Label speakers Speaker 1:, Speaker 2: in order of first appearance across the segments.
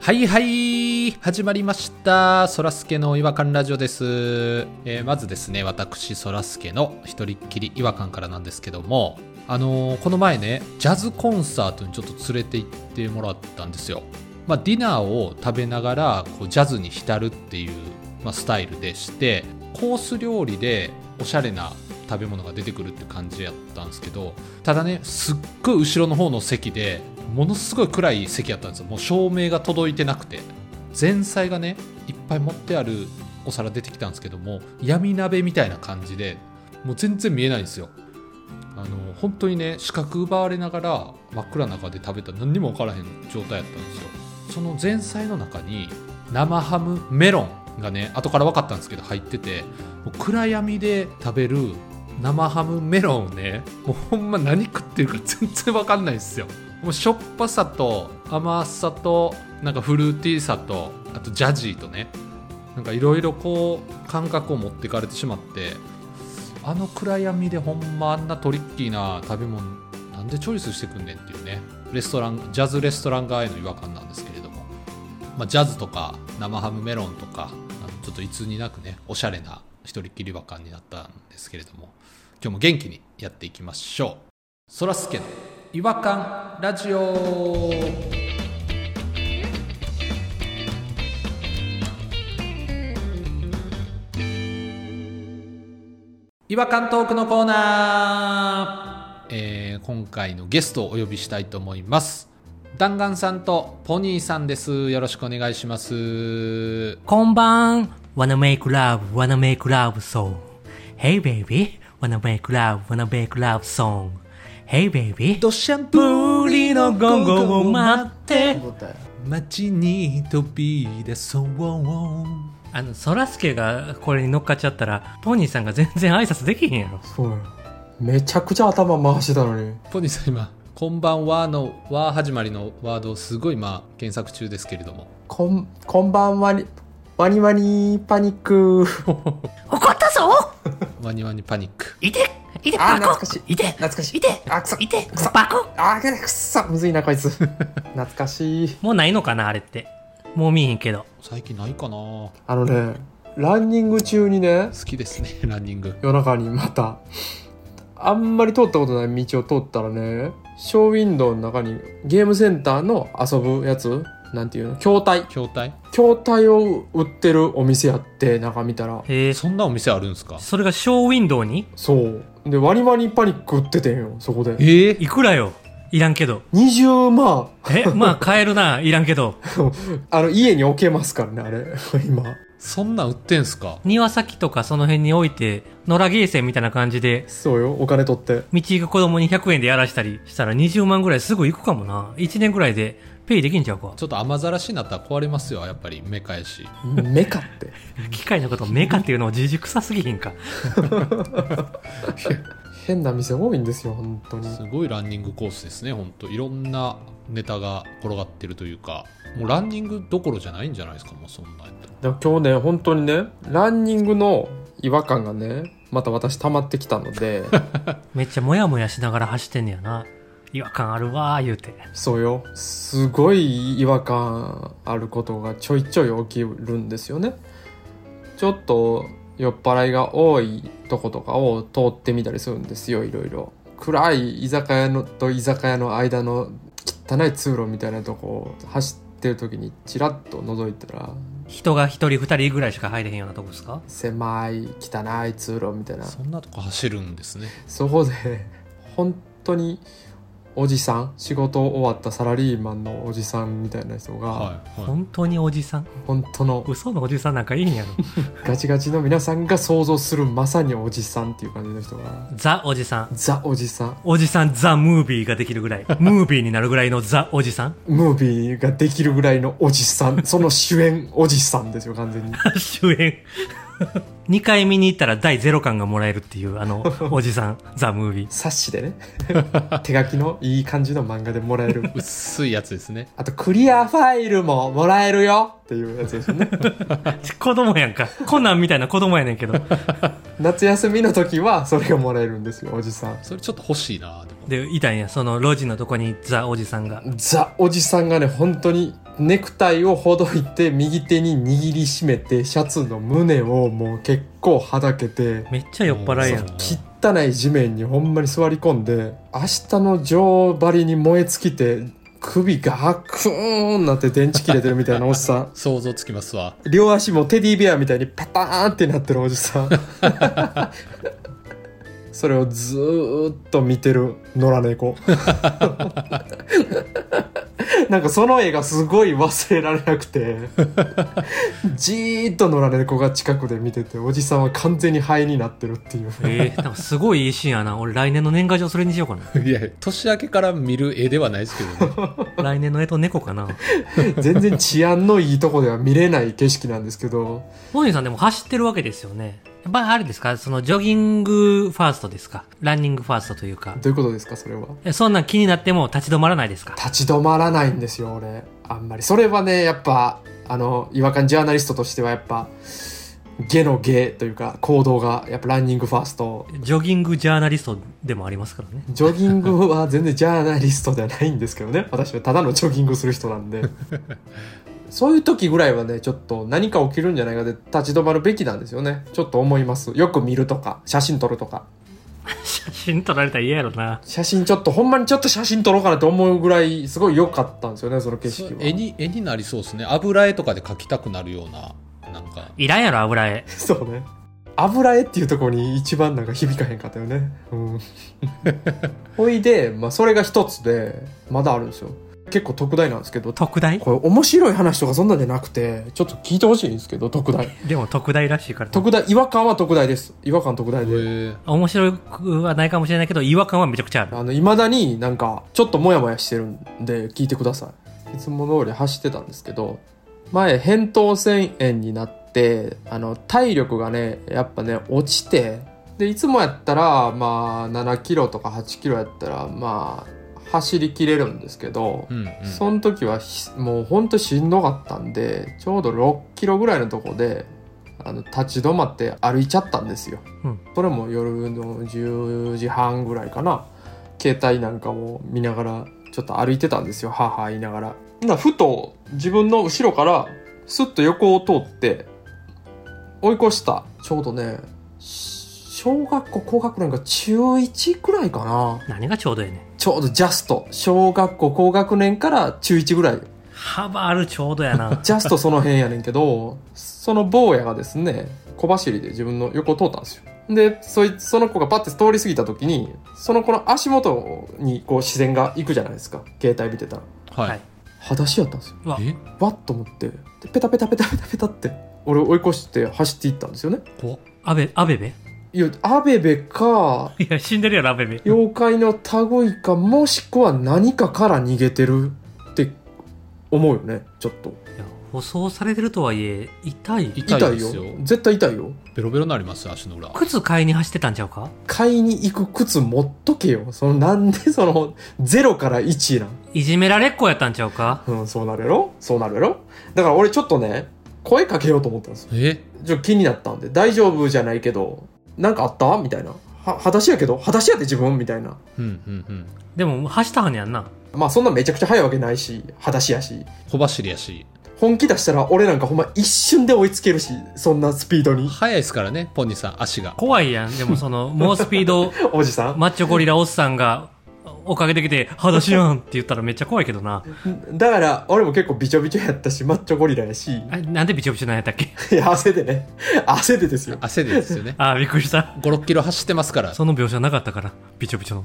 Speaker 1: はいはい始まりましたそらすけの違和感ラジオです、えーまずですね私そらすけの一人っきり違和感からなんですけどもあのーこの前ねジャズコンサートにちょっと連れて行ってもらったんですよまあ、ディナーを食べながらこうジャズに浸るっていう、まあ、スタイルでしてコース料理でおしゃれな食べ物が出てくるって感じやったんですけどただねすっごい後ろの方の席でものすごい暗い席やったんですよもう照明が届いてなくて前菜がねいっぱい持ってあるお皿出てきたんですけども闇鍋みたいな感じでもう全然見えないんですよあの本当にね視覚奪われながら真っ暗な中で食べた何にも分からへん状態やったんですよその前菜の中に生ハムメロンがね後から分かったんですけど入っててもう暗闇で食べる生ハムメロンをねもうほんま何食ってるか全然分かんないんですよもうしょっぱさと甘さとなんかフルーティーさとあとジャジーとねなんかいろいろこう感覚を持ってかれてしまってあの暗闇でほんまあんなトリッキーな食べ物なんでチョイスしてくんねんっていうねレストランジャズレストラン側への違和感なんですけれども、まあ、ジャズとか生ハムメロンとかあのちょっといつになくねおしゃれな一人っきり違和感になったんですけれども今日も元気にやっていきましょうそらすけの違和感ラジオ違和感トークのコーナー、えー今回のゲストをお呼びしたいと思います弾丸さんとポニーさんですよろしくお願いします
Speaker 2: こんばん。Wanna make love, wanna make love song.Hey baby, wanna make love, wanna make love song.Hey baby,
Speaker 1: ドシャンプ
Speaker 2: ブリのゴンゴンを待って。
Speaker 1: 街に飛び出そう
Speaker 2: あの、そらすけがこれに乗っかっちゃったら、ポニーさんが全然挨拶できへんやろ。
Speaker 3: そうよめちゃくちゃ頭回してたのに
Speaker 1: ポニーさん今「こんばんは」の「は」始まりのワードをすごいまあ検索中ですけれども
Speaker 3: こんこんばんはにワニワニパニック
Speaker 2: 怒ったぞ
Speaker 1: ワニワニパニック
Speaker 2: いていて
Speaker 3: あー
Speaker 2: バコ
Speaker 3: 懐かしい
Speaker 2: いて
Speaker 3: 懐かしい
Speaker 2: いて
Speaker 3: あくそ
Speaker 2: いて
Speaker 3: くそ
Speaker 2: バコ
Speaker 3: あーくっそむずいなこいつ懐かしい
Speaker 2: もうないのかなあれって。もう見えへんけど。
Speaker 1: 最近ないかな好
Speaker 3: あのねランニング中にね
Speaker 1: きですねランニング
Speaker 3: 夜中にまたあんまり通ったことない道を通ったらねショーウィンドウの中にゲームセンターの遊ぶやつなんていうの筐体
Speaker 1: 筐体
Speaker 3: 筐体を売ってるお店やって中見たら
Speaker 2: へえ、そ
Speaker 1: そんなお店あるんですか
Speaker 2: それがショーウィンドウに
Speaker 3: そうでワニワニパニック売っててんよそこで
Speaker 1: ええ
Speaker 2: いくらよいらんけど。
Speaker 3: 20万
Speaker 2: え、まあ買えるな。いらんけど。
Speaker 3: あの家に置けますからねあれ 今
Speaker 1: そんなん売ってんすか
Speaker 2: 庭先とかその辺に置いて、野良ゲーセンみたいな感じで、
Speaker 3: そうよお金取って
Speaker 2: 道行く子供に100円でやらしたりしたら20万ぐらいすぐ行くかもな。1年ぐらいでペイできんちゃうか。
Speaker 1: ちょっと雨ざらしになったら壊れますよやっぱり目返し
Speaker 3: メカって
Speaker 2: 機械のことをメカっていうのをじじくさすぎひんか。
Speaker 3: 変な店多いんですよ本当に
Speaker 1: すごいランニングコースですね本当いろんなネタが転がってるというかもうランニングどころじゃないんじゃないですかもうそんなんやったら
Speaker 3: だから今日ね本当にねランニングの違和感がねまた私溜まってきたので
Speaker 2: めっちゃモヤモヤしながら走ってんねやな。違和感あるわー言うて。
Speaker 3: そうよすごい違和感あることがちょいちょい起きるんですよねちょっと酔っ払いが多いとことかを通ってみたりするんですよいろいろ暗い居酒屋のと居酒屋の間の汚い通路みたいなとこを走ってる時にチラッと覗いたら
Speaker 2: 人が1人2人ぐらいしか入れへんようなとこですか
Speaker 3: 狭い汚い通路みたいな
Speaker 1: そんなとこ走るんですね
Speaker 3: そこで本当におじさん仕事終わったサラリーマンのおじさんみたいな人が、
Speaker 1: はいはい
Speaker 2: 本当におじさん
Speaker 3: 本当の
Speaker 2: 嘘のおじさんなんかいいんやろ。
Speaker 3: ガチガチの皆さんが想像するまさにおじさんっていう感じの人が
Speaker 2: ザおじさん。
Speaker 3: ザおじさん
Speaker 2: おじさんザムービーができるぐらい。ムービーになるぐらいのザおじさん
Speaker 3: ムービーができるぐらいのおじさんその主演おじさんですよ完全に
Speaker 2: 主演。2回見に行ったら第0巻がもらえるっていう、あの、おじさん、ザ・ムービー。
Speaker 3: 冊子でね手書きのいい感じの漫画でもらえる
Speaker 1: 薄いやつですね
Speaker 3: あとクリアファイルももらえるよっていうやつですよね
Speaker 2: 子供やんか。コナンみたいな子供やねんけど。
Speaker 3: 夏休みの時はそれがもらえるんですよおじさん
Speaker 1: それちょっと欲しいなでも
Speaker 2: でいたんやその路地のとこにザおじさんが
Speaker 3: ザおじさんがね本当にネクタイをほどいて右手に握りしめてシャツの胸をもう結構はだけて
Speaker 2: めっちゃ酔っ払いやん
Speaker 1: もう
Speaker 3: 汚い地面にほんまに座り込んで明日の女王張りに燃え尽きて首がクーンなって電池切れてるみたいなおじ さん
Speaker 1: 想像つきますわ
Speaker 3: 両足もテディベアみたいにパターンってなってるおじさんそれをずーっと見てる野良猫 なんかその絵がすごい忘れられなくてじーっと野良猫が近くで見てておじさんは完全に灰になってるっていう
Speaker 2: えー、多分すごいいいシーンやな俺来年の年賀状それにしようか
Speaker 1: いや年明けから見る絵ではないですけどね
Speaker 2: な来年の絵と猫かな
Speaker 3: 全然治安のいいとこでは見れない景色なんですけど
Speaker 2: 本人さんでも走ってるわけですよねやっぱりあれですかそのジョギングファーストですかランニングファーストというか
Speaker 3: どういうことですかそれは
Speaker 2: えそんなん気になっても立ち止まらないですか
Speaker 3: 立ち止まらないんですよ俺あんまりそれはねやっぱあの違和感ジャーナリストとしてはやっぱ下の下というか行動がやっぱランニングファースト
Speaker 2: ジョギングジャーナリストでもありますからね
Speaker 3: ジョギングは全然ジャーナリストではないんですけどね私はただのジョギングする人なんでそういう時ぐらいはねちょっと何か起きるんじゃないかで立ち止まるべきなんですよねちょっと思いますよく見るとか写真撮るとか
Speaker 2: 写真撮られたら嫌やろな
Speaker 3: 写真ちょっとほんまにちょっと写真撮ろうかなと思うぐらいすごい良かったんですよねそ の景色は
Speaker 1: 絵に絵になりそうですね油絵とかで描きたくなるようななんか
Speaker 2: いらんやろ油絵
Speaker 3: そうね油絵っていうところに一番なんか響かへんかったよねうん ほいで、まあ、それが一つでまだあるんですよ結構特大なんですけど
Speaker 2: 特大
Speaker 3: これ面白い話とかそんなんじゃなくてちょっと聞いてほしいんですけど特大
Speaker 2: でも特大らしいから
Speaker 3: 特大違和感は特大です違和感特大
Speaker 1: へ
Speaker 3: で
Speaker 1: ー
Speaker 2: 面白くはないかもしれないけど違和感はめちゃくちゃある
Speaker 3: あの、未だになんか、ちょっとモヤモヤしてるんで、聞いてください。いつも通り走ってたんですけど、前、扁桃腺炎になって、あの、体力がね、やっぱね、落ちて、で、いつもやったら、まあ、7キロとか8キロやったら、まあ、走りきれるんですけど
Speaker 1: う、んうん
Speaker 3: その時はひもうほんとしんどかったんで、ちょうど6キロぐらいのとこで、あの、立ち止まって歩いちゃったんですよ。
Speaker 2: うん
Speaker 3: それも夜の10時半ぐらいかな。携帯なんかも見ながら、ちょっと歩いてたんですよ。はあはあ言いながら。ほんならふと自分の後ろから、スッと横を通って、追い越した。ちょうどね、し小学校高学年が中1くらいかな。
Speaker 2: 何がちょうどええねん
Speaker 3: ちょうどジャスト。小学校高学年から中1ぐらい
Speaker 2: 幅あるちょうどやな
Speaker 3: ジャストその辺やねんけど、その坊やがですね、小走りで自分の横を通ったんですよ。で、そいつ、その子がパッて通り過ぎた時に、その子の足元にこう視線が行くじゃないですか。携帯見てたら。
Speaker 1: はい、
Speaker 2: はい
Speaker 3: 裸足やったんですよ。
Speaker 2: うわ
Speaker 1: え
Speaker 3: わっと思って、でペタペタペタペタペタって、俺を追い越して走っていったんですよね。
Speaker 1: 怖っ
Speaker 2: アベアベベ
Speaker 3: いや、アベベか、
Speaker 2: いや死んでるやろアベベ
Speaker 3: 妖怪の類か、もしくは何かから逃げてるって思うよね、ちょっと。
Speaker 2: いや舗装されてるとはいえ痛い
Speaker 1: 痛
Speaker 3: 痛
Speaker 1: いで
Speaker 3: いよ
Speaker 1: すよ。
Speaker 3: 絶対痛いよ。
Speaker 1: ベロベロになります足の裏
Speaker 2: 靴買いに走ってたんちゃうか
Speaker 3: 買いに行く靴持っとけよ。そのなんでその0から1なん。
Speaker 2: いじめられっ子やったんちゃうか
Speaker 3: うん、そうなるやろそうなるやろだから俺ちょっとね、声かけようと思ったんですよ。
Speaker 1: え
Speaker 3: ちょっと気になったんで、大丈夫じゃないけど、なんかあったみたいな。は、裸足やけど裸足やで自分みたいな。
Speaker 1: うんうんうん
Speaker 2: でも走ったはんねやんな
Speaker 3: まあそんなめちゃくちゃ速いわけないし、裸足やし。
Speaker 1: 小走りやし
Speaker 3: 本気出したら俺なんかほんま一瞬で追いつけるし、そんなスピードに。
Speaker 1: 早いですからねポニーさん足が
Speaker 2: 怖いやんでも その猛スピード
Speaker 3: おじさん。
Speaker 2: マッチョゴリラおっさんが追っかけてきて「裸足やん」って言ったらめっちゃ怖いけどな
Speaker 3: だから俺も結構びちょびちょやったし、マッチョゴリラや し、
Speaker 2: あなんでびちょびちょなんやったっけ
Speaker 3: いや汗でね。汗でですよ。
Speaker 1: 汗でですよね
Speaker 2: あーびっくりした
Speaker 1: 56キロ走ってますから
Speaker 2: その描写なかったからびちょびちょの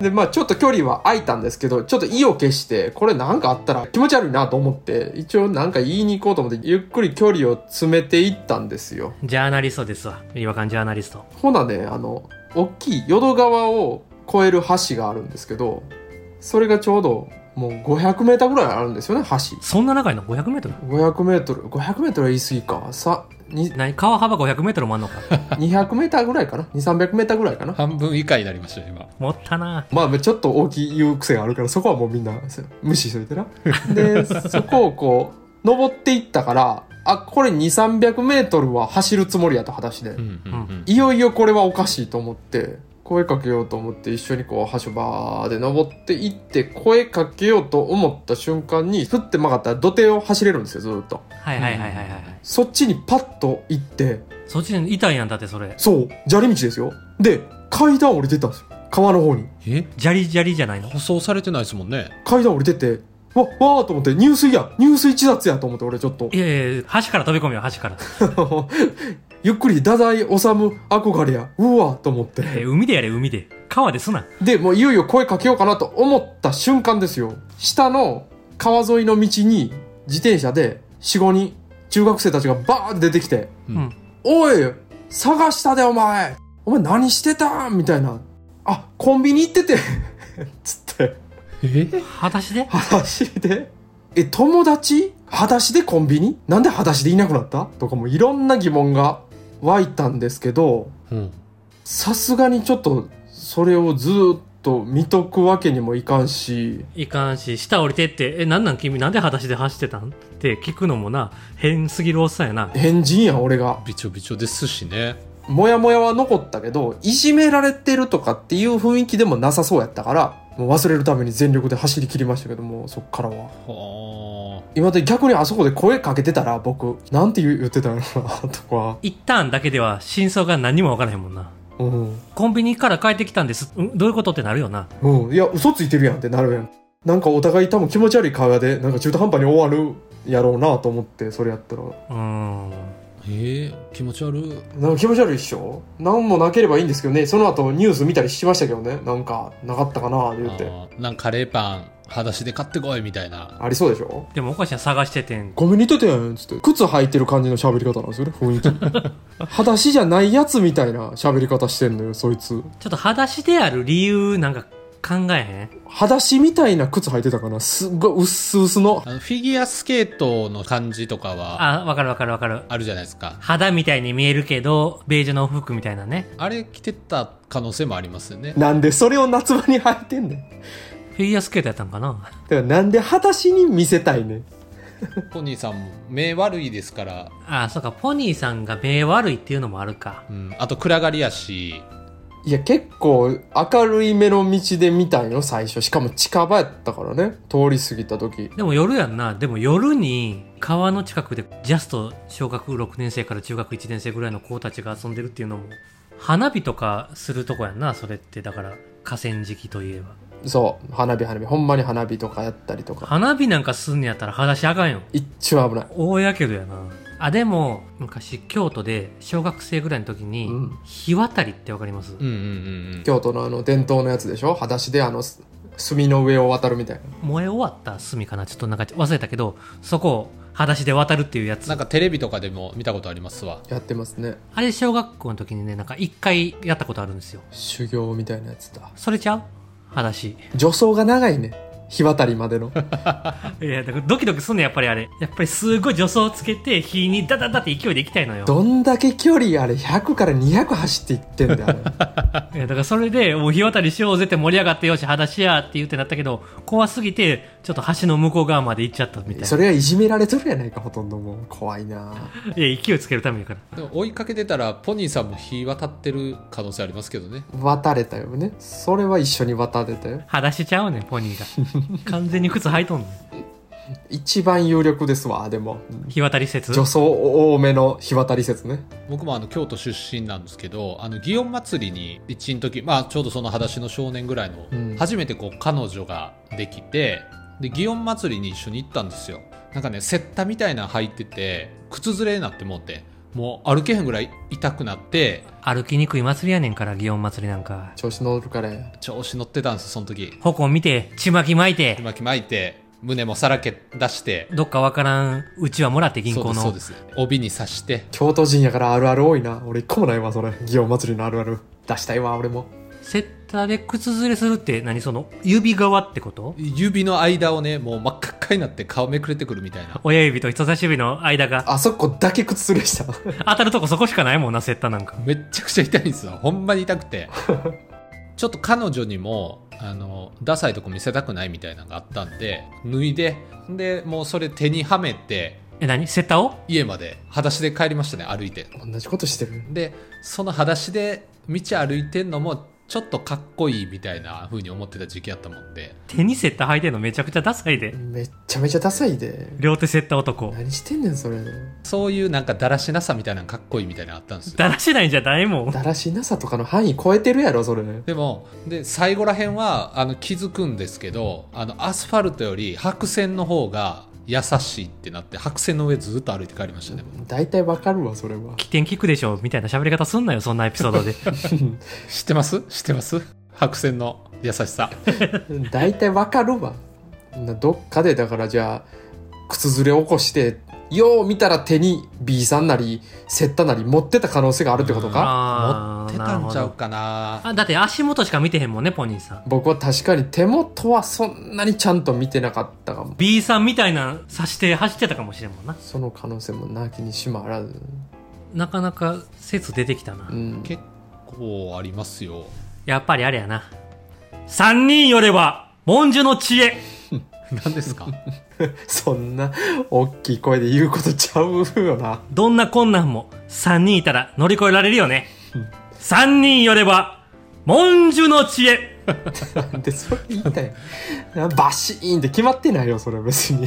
Speaker 3: で、まあちょっと距離は空いたんですけど、ちょっと意を決して、これなんかあったら気持ち悪いなと思って、一応なんか言いに行こうと思って、ゆっくり距離を詰めていったんですよ。
Speaker 2: ジャーナリストですわ違和感ジャーナリスト
Speaker 3: ほなね、あの、大きい淀川を越える橋があるんですけど、それがちょうどもう500メーターぐらいあるんですよね、橋。
Speaker 2: そんな長いの 500m?
Speaker 3: 500メートル、500メートルは言い過ぎか。さ、に
Speaker 2: 何川幅 500m もあんの か
Speaker 3: 200メーターぐらいかな ?2、300メーターぐらいかな
Speaker 1: 半分以下になりましたよ今
Speaker 2: もったな
Speaker 3: まあ、ちょっと大きい言う癖があるから、そこはもうみんな無視しといてな。で、そこをこう、登っていったから、あ、これ2、300メートルは走るつもりやと、裸足で
Speaker 1: うんうんうん、
Speaker 2: うん
Speaker 3: いよいよこれはおかしいと思って、声かけようと思って一緒にこう、橋場で登っていって、声かけようと思った瞬間に、ふって曲がったら土手を走れるんですよ、ずーっと。
Speaker 2: はいはいはいはいはい。
Speaker 3: そっちにパッと行って、
Speaker 2: そっちにいたんやんだってそれ。
Speaker 3: そう、砂利道ですよ。で、階段降りてったんですよ。川の方に。
Speaker 1: え
Speaker 2: 砂利砂利じゃないの
Speaker 1: 舗装されてないですもんね。
Speaker 3: 階段降りてて、わ、わーと思って、入水や入水一脱やと思って、俺ちょっと
Speaker 2: い。やいや、橋から飛び込みよ、橋から。
Speaker 3: ゆっくり太宰治憧れや。うわーと思って。
Speaker 2: え海でやれ、海で。川ですな。
Speaker 3: で、もういよいよ声かけようかなと思った瞬間ですよ。下の川沿いの道に自転車で4、5人、中学生たちがバーって出てきて、
Speaker 1: う
Speaker 2: うん。
Speaker 3: おい探したでお前お前何してたんみたいな。あ、コンビニ行ってて つって、
Speaker 1: え
Speaker 2: 裸足で
Speaker 3: 裸足で。え、友達裸足でコンビニなんで裸足でいなくなったとかもういろんな疑問が湧いたんですけど、
Speaker 1: うん。
Speaker 3: さすがにちょっとそれをずーっと見とくわけにもいかんし
Speaker 2: いかんし、下降りてって、え、なんなん君、なんで裸足で走ってたんって聞くのもな、変すぎるおっさんやな。
Speaker 3: 変人やん俺が
Speaker 1: びちょびちょですしね。
Speaker 3: モヤモヤは残ったけどいじめられてるとかっていう雰囲気でもなさそうやったからもう忘れるために全力で走り切りましたけどもそっからは
Speaker 1: は
Speaker 3: 今で逆にあそこで声かけてたら僕なんて言う言ってたのかなとか
Speaker 2: 一旦だけでは真相が何もわからへんもんな。
Speaker 3: うん
Speaker 2: コンビニから帰ってきたんです。んどういうことってなるよな。
Speaker 3: うんいや嘘ついてるやんってなるやんなんかお互い多分気持ち悪い会話でなんか中途半端に終わるやろうなと思ってそれやったら
Speaker 2: うーん。
Speaker 1: あ。えー、気持ち悪い。
Speaker 3: なんか気持ち悪いっしょなんもなければいいんですけどねその後ニュース見たりしましたけどねなんかなかったかなって言って
Speaker 1: あーなんかカレーパン、裸足で買ってこいみたいな。
Speaker 3: ありそうでしょ
Speaker 2: でもおかしな探しててん。
Speaker 3: ゴミにとってやんっつって靴履いてる感じの喋り方なんですよね雰囲気 裸足じゃないやつみたいな喋り方してんのよそいつ
Speaker 2: ちょっと裸足である理由なんか考え
Speaker 3: 裸足みたいな靴履いてたかなすっごいうっすうすの
Speaker 1: あのフィギュアスケートの感じとか
Speaker 2: へん
Speaker 1: は
Speaker 2: あ、わかるわかるわかる。
Speaker 1: あるじゃないですか。
Speaker 2: 肌みたいに見えるけど、ベージュの服みたいなね。
Speaker 1: あれ着てた可能性もありますよね。
Speaker 3: なんでそれを夏場に履いてんねん
Speaker 2: フィギュアスケートやったんかな。
Speaker 3: だからなんで裸足に見せたいねん
Speaker 1: ポニーさんも目悪いですから、
Speaker 2: あ、そうか、ポニーさんが目悪いっていうのもあるか。
Speaker 1: うん、あと暗がりやし、
Speaker 3: いや結構明るい目の道で見たんよ最初しかも近場やったからね通り過ぎた時
Speaker 2: でも夜やんな。でも夜に川の近くでジャスト小学6年生から中学1年生ぐらいの子たちが遊んでるっていうのも、花火とかするとこやんな、それって。だから河川敷といえば。
Speaker 3: そう花火花火ほんまに花火とかやったりとか
Speaker 2: 花火なんかすんのやったら裸足あかんよ。
Speaker 3: 一番危ない
Speaker 2: 大やけどやな。あ、でも、昔京都で小学生ぐらいの時に、
Speaker 3: うん
Speaker 2: 日渡りってわかります、
Speaker 1: うんうんうん
Speaker 3: 京都のあの伝統のやつでしょ裸足であのす墨の上を渡るみたいな
Speaker 2: 燃え終わった隅かなちょっとなんか忘れたけど、そこを裸足で渡るっていうや
Speaker 1: うん。
Speaker 2: つ
Speaker 1: なん。かテレビとかでも見たことありますわ。
Speaker 3: やってますね
Speaker 2: あれ小学校の時にね、なんか一回やったことあるんですよ。
Speaker 3: 修行みたいなやつだ
Speaker 2: それちゃう裸足。
Speaker 3: 助走が長いね日渡りまでの
Speaker 2: いや、だからドキドキすんねんやっぱりあれ。やっぱりすごい助走をつけて、火にダダダって勢いで行きたいのよ。
Speaker 3: どんだけ距離あれ100から200走っていってんだよあ
Speaker 2: い
Speaker 3: れ
Speaker 2: や、だからそれで、もう火渡りしようぜって盛り上がってよし、裸足やって言うってなったけど、怖すぎて、ちょっと橋の向こう側まで行っちゃったみたい
Speaker 3: それはいじめられとるやないかほとんどもう怖いな
Speaker 2: な。いや、勢いつけるためやから。
Speaker 1: でも追いかけてたら、ポニーさんも日渡ってる可能性ありますけどね。
Speaker 3: 渡れたよねそれは一緒に渡れたよ
Speaker 2: 裸足ちゃうねん、ポニーが。完全に靴履いとんねん。
Speaker 3: 一番有力ですわでも
Speaker 2: 火渡り説。
Speaker 3: 助走多めの日渡り説ね
Speaker 1: 僕もあの京都出身なんですけどあの祇園祭りに一の時、まあ、ちょうどその裸足の少年ぐらいの、
Speaker 3: うん
Speaker 1: 初めてこう彼女ができてで祇園祭りに一緒に行ったんですよなんかねセッタみたいなの履いてて靴ずれになってもうてもう歩けへんぐらい痛くなって
Speaker 2: 歩きにくい祭りやねんから、祇園祭りなんか。
Speaker 3: 調子乗るからや
Speaker 1: 調子乗ってたんですその時
Speaker 2: 矛見て、ちまき巻いて、
Speaker 1: 巻き巻いて胸もさらけ出して
Speaker 2: どっかわからん、うちはもらって銀行
Speaker 1: そう
Speaker 2: の
Speaker 1: で。すそうです帯に刺して
Speaker 3: 京都人やからあるある多いな俺一個もないわそれ祇園祭りのあるある出したいわ俺も
Speaker 2: セッターで靴ずれするって何その指側ってこと
Speaker 1: 指の間をねもう真っ赤っかになって顔めくれてくるみたいな
Speaker 2: 親指と人差し指の間が
Speaker 3: あそこだけ靴ずれした
Speaker 2: 当たるとこそこしかないもんな、セッターなんか。
Speaker 1: めっちゃくちゃ痛いんですよほんまに痛くて ちょっと彼女にもあのダサいとこ見せたくないみたいなのがあったんで脱いででもうそれ手にはめて
Speaker 2: え、何セッターを
Speaker 1: 家まで裸足で帰りましたね歩いて
Speaker 3: 同じことしてる
Speaker 1: でその裸足で道歩いてんのもちょっとかっこいいみたいな風に思ってた時期やったもんで
Speaker 2: 手にセッタ履いてんのめちゃくちゃダサいで
Speaker 3: めっちゃめちゃダサいで
Speaker 2: 両手セッタ男
Speaker 3: 何してんねんそれ
Speaker 1: そういうなんかだらしなさみたいなのかっこいいみたいなのあったんですよ
Speaker 2: だらしないんじゃないもん
Speaker 3: だらしなさとかの範囲超えてるやろそれ
Speaker 1: でもで最後らへんはあの気づくんですけどあのアスファルトより白線の方が優しいってなって白線の上ずっと歩いて帰りましたね僕
Speaker 3: 大体わかるわそれは
Speaker 2: 起点聞くでしょみたいな喋り方すんなよそんなエピソードで
Speaker 1: 知ってます知ってます白線の優しさ
Speaker 3: 大体わかるわなどっかでだからじゃあ靴ずれ起こしてよう見たら手に B さんなりセッタなり持ってた可能性があるってことか
Speaker 1: 持
Speaker 2: あ
Speaker 1: って
Speaker 2: ー
Speaker 1: たんちゃうか
Speaker 2: なる
Speaker 1: な
Speaker 2: ほどあだって足元しか見てへんもんねポニーさん
Speaker 3: 僕は確かに手元はそんなにちゃんと見てなかったかも
Speaker 2: B さんみたいなさして走ってたかもしれんもんな
Speaker 3: その可能性もなきにしもあらず
Speaker 2: なかなか説出てきたな、
Speaker 3: うん
Speaker 1: 結構ありますよ
Speaker 2: やっぱりあれやな3人よれば文殊の知恵
Speaker 1: 何です か
Speaker 3: そんな大きい声で言うことちゃうよな
Speaker 2: どんな困難も3人いたら乗り越えられるよね3人よれば文殊の知恵
Speaker 3: なんでそれ言いたいのバシーンって決まってないよそれ別に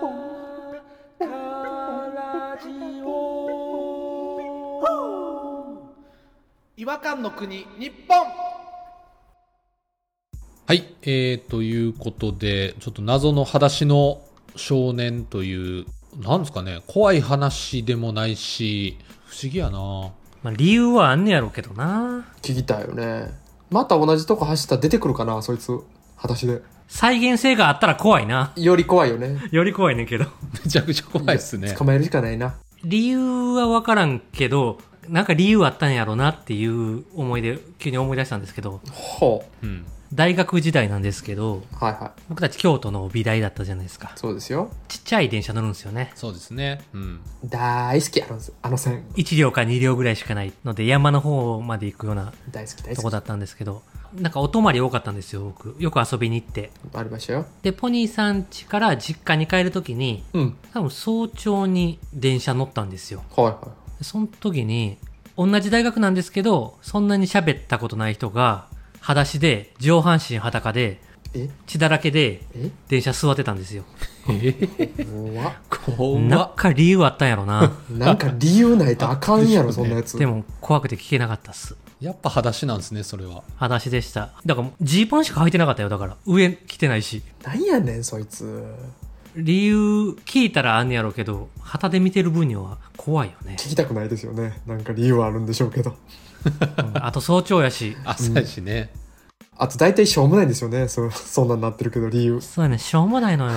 Speaker 4: Hunky,
Speaker 5: 違和感の国日本
Speaker 1: はいえー、ということでちょっと謎の裸足の少年というなんですかね怖い話でもないし不思議やな
Speaker 2: まあ理由はあんねやろうけどな
Speaker 3: 聞きたいよねまた同じとこ走ったら出てくるかなそいつ裸足で
Speaker 2: 再現性があったら怖いな
Speaker 3: より怖いよね
Speaker 2: より怖いねんけど
Speaker 1: めちゃくちゃ怖いですね
Speaker 3: 捕まえるしかないな
Speaker 2: 理由は分からんけどなんか理由あったんやろなっていう思いで急に思い出したんですけど
Speaker 3: ほ
Speaker 1: うん
Speaker 2: 大学時代なんですけど
Speaker 3: うはいはい
Speaker 2: 僕たち京都の美大だったじゃないですか
Speaker 3: そうですよ
Speaker 2: ちっちゃい電車乗るんですよね
Speaker 1: そうですねうん
Speaker 3: 大好きあのあの線
Speaker 2: 1両か2両ぐらいしかないので山の方まで行くような
Speaker 3: 大好き大
Speaker 2: とこ
Speaker 3: 好き
Speaker 2: だったんですけどなんかお泊まり多かったんですよ僕よく遊びに行って
Speaker 3: ありましたよ
Speaker 2: でポニーさん家から実家に帰るときに
Speaker 3: うん
Speaker 2: 多分早朝に電車乗ったんですよ
Speaker 3: はいは
Speaker 2: でその時に同じ大学なんですけどそんなに喋ったことない人が裸足で上半身裸で
Speaker 3: いえ
Speaker 2: 血だらけで
Speaker 3: え
Speaker 2: 電車座ってたんですよ
Speaker 3: 怖っ
Speaker 1: 怖
Speaker 2: なん
Speaker 1: っ
Speaker 2: か理由あったんやろな
Speaker 3: なんか理由ないとあかんやろそんなやつ
Speaker 2: でも怖くて聞けなかったっす
Speaker 1: やっぱ裸足なんですねそれは
Speaker 2: 裸足でしただからジーパンしか履いてなかったよだから上着てないし
Speaker 3: なんやねんそいつ
Speaker 2: 理由聞いたらあんねやろうけど旗で見てる分には怖いよね、
Speaker 3: 聞きたくないですよねなんか理由はあるんでしょうけど
Speaker 2: うんあと早朝やし
Speaker 1: 朝やしね、
Speaker 3: あと大体しょうもないんですよねそそんなんなってるけど理由
Speaker 2: そうやねしょうもない のよ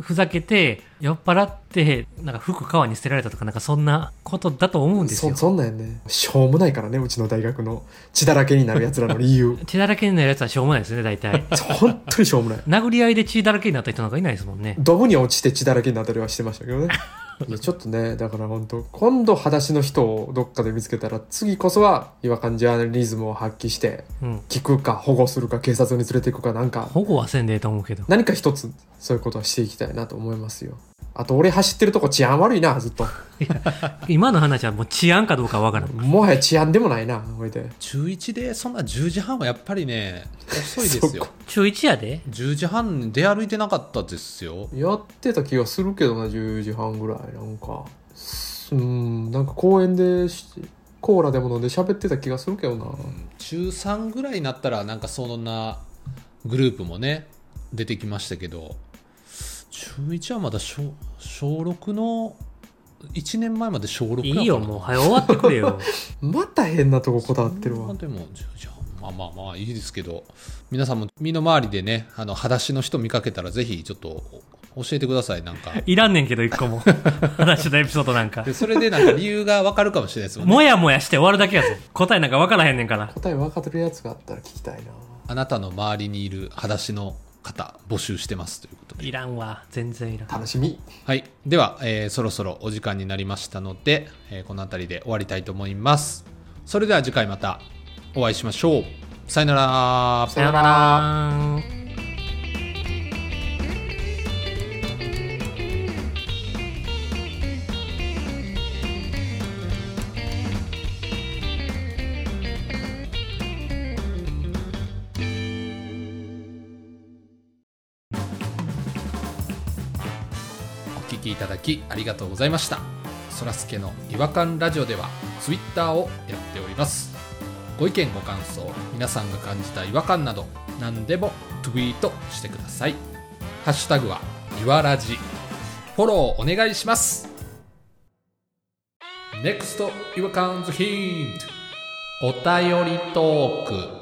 Speaker 2: ふざけて酔っ払ってなんか服川に捨てられたとかなんかそんなことだと思うんです
Speaker 3: そ
Speaker 2: よ
Speaker 3: そんなんやねしょうもないからねうちの大学の血だらけになるやつらの 理由
Speaker 2: 血だらけになるやつはしょうもないですね大 体
Speaker 3: 本当にしょうもない
Speaker 2: 殴り合いで血だらけになった人なんかいないですもんね
Speaker 3: ドブに落ちて血だらけになったりはしてまし たけどねいやちょっとねだから本当今度裸足の人をどっかで見つけたら次こそは違和感ジャーナリズムを発揮して
Speaker 2: うん
Speaker 3: 聞くか保護するか警察に連れていくかなんか
Speaker 2: 保護はせんでええと思うけど
Speaker 3: 何か一つそういうことはしていきたいなと思いますよあと俺走ってるとこ治安悪いなずっと
Speaker 2: 今の話はもう治安かどうかわからん
Speaker 3: もはや治安でもないなこれで
Speaker 1: 中1でそんな10時半はやっぱりね遅いですよ
Speaker 3: そ
Speaker 2: 中1やで
Speaker 1: 10時半出歩いてなかったですよ
Speaker 3: やってた気がするけどな10時半ぐらいなんかすうんなんか公園でしコーラでも飲んで喋ってた気がするけどな
Speaker 1: 中3ぐらいになったらなんかそんなグループもね出てきましたけど中1はまだ小小6の1年前まで小6
Speaker 2: い
Speaker 1: や
Speaker 2: いよもう早終わってくれよ
Speaker 3: また変なとここだわってる
Speaker 1: まあ
Speaker 3: わ
Speaker 1: でも10時半まあまあまあいいですけど皆さんも身の回りでねあの裸足の人見かけたらぜひちょっと教えてくださいなんか
Speaker 2: いらんねんけど一個も 話のエピソードなんか
Speaker 1: でそれでなんか理由がわかるかもしれないですもんね
Speaker 2: もやもやして終わるだけやぞ答えなんかわからへんねんから
Speaker 3: 答え分かってるやつがあったら聞きたいな
Speaker 1: あなたの周りにいる裸足の方募集してますということで
Speaker 2: いらんわ全然いらん
Speaker 3: 楽しみ
Speaker 1: はい、では、えーそろそろお時間になりましたので、えーこの辺りで終わりたいと思いますそれでは次回またお会いしましょうさよなら
Speaker 3: さよなら。
Speaker 2: ら
Speaker 1: お聞きいただきありがとうございましたそらすけの違和感ラジオではツイッターをやっておりますご意見ご感想皆さんが感じた違和感など何でもツイートしてくださいハッシュタグはいわらじフォローお願いします NEXT 違和感ズヒントお便りトーク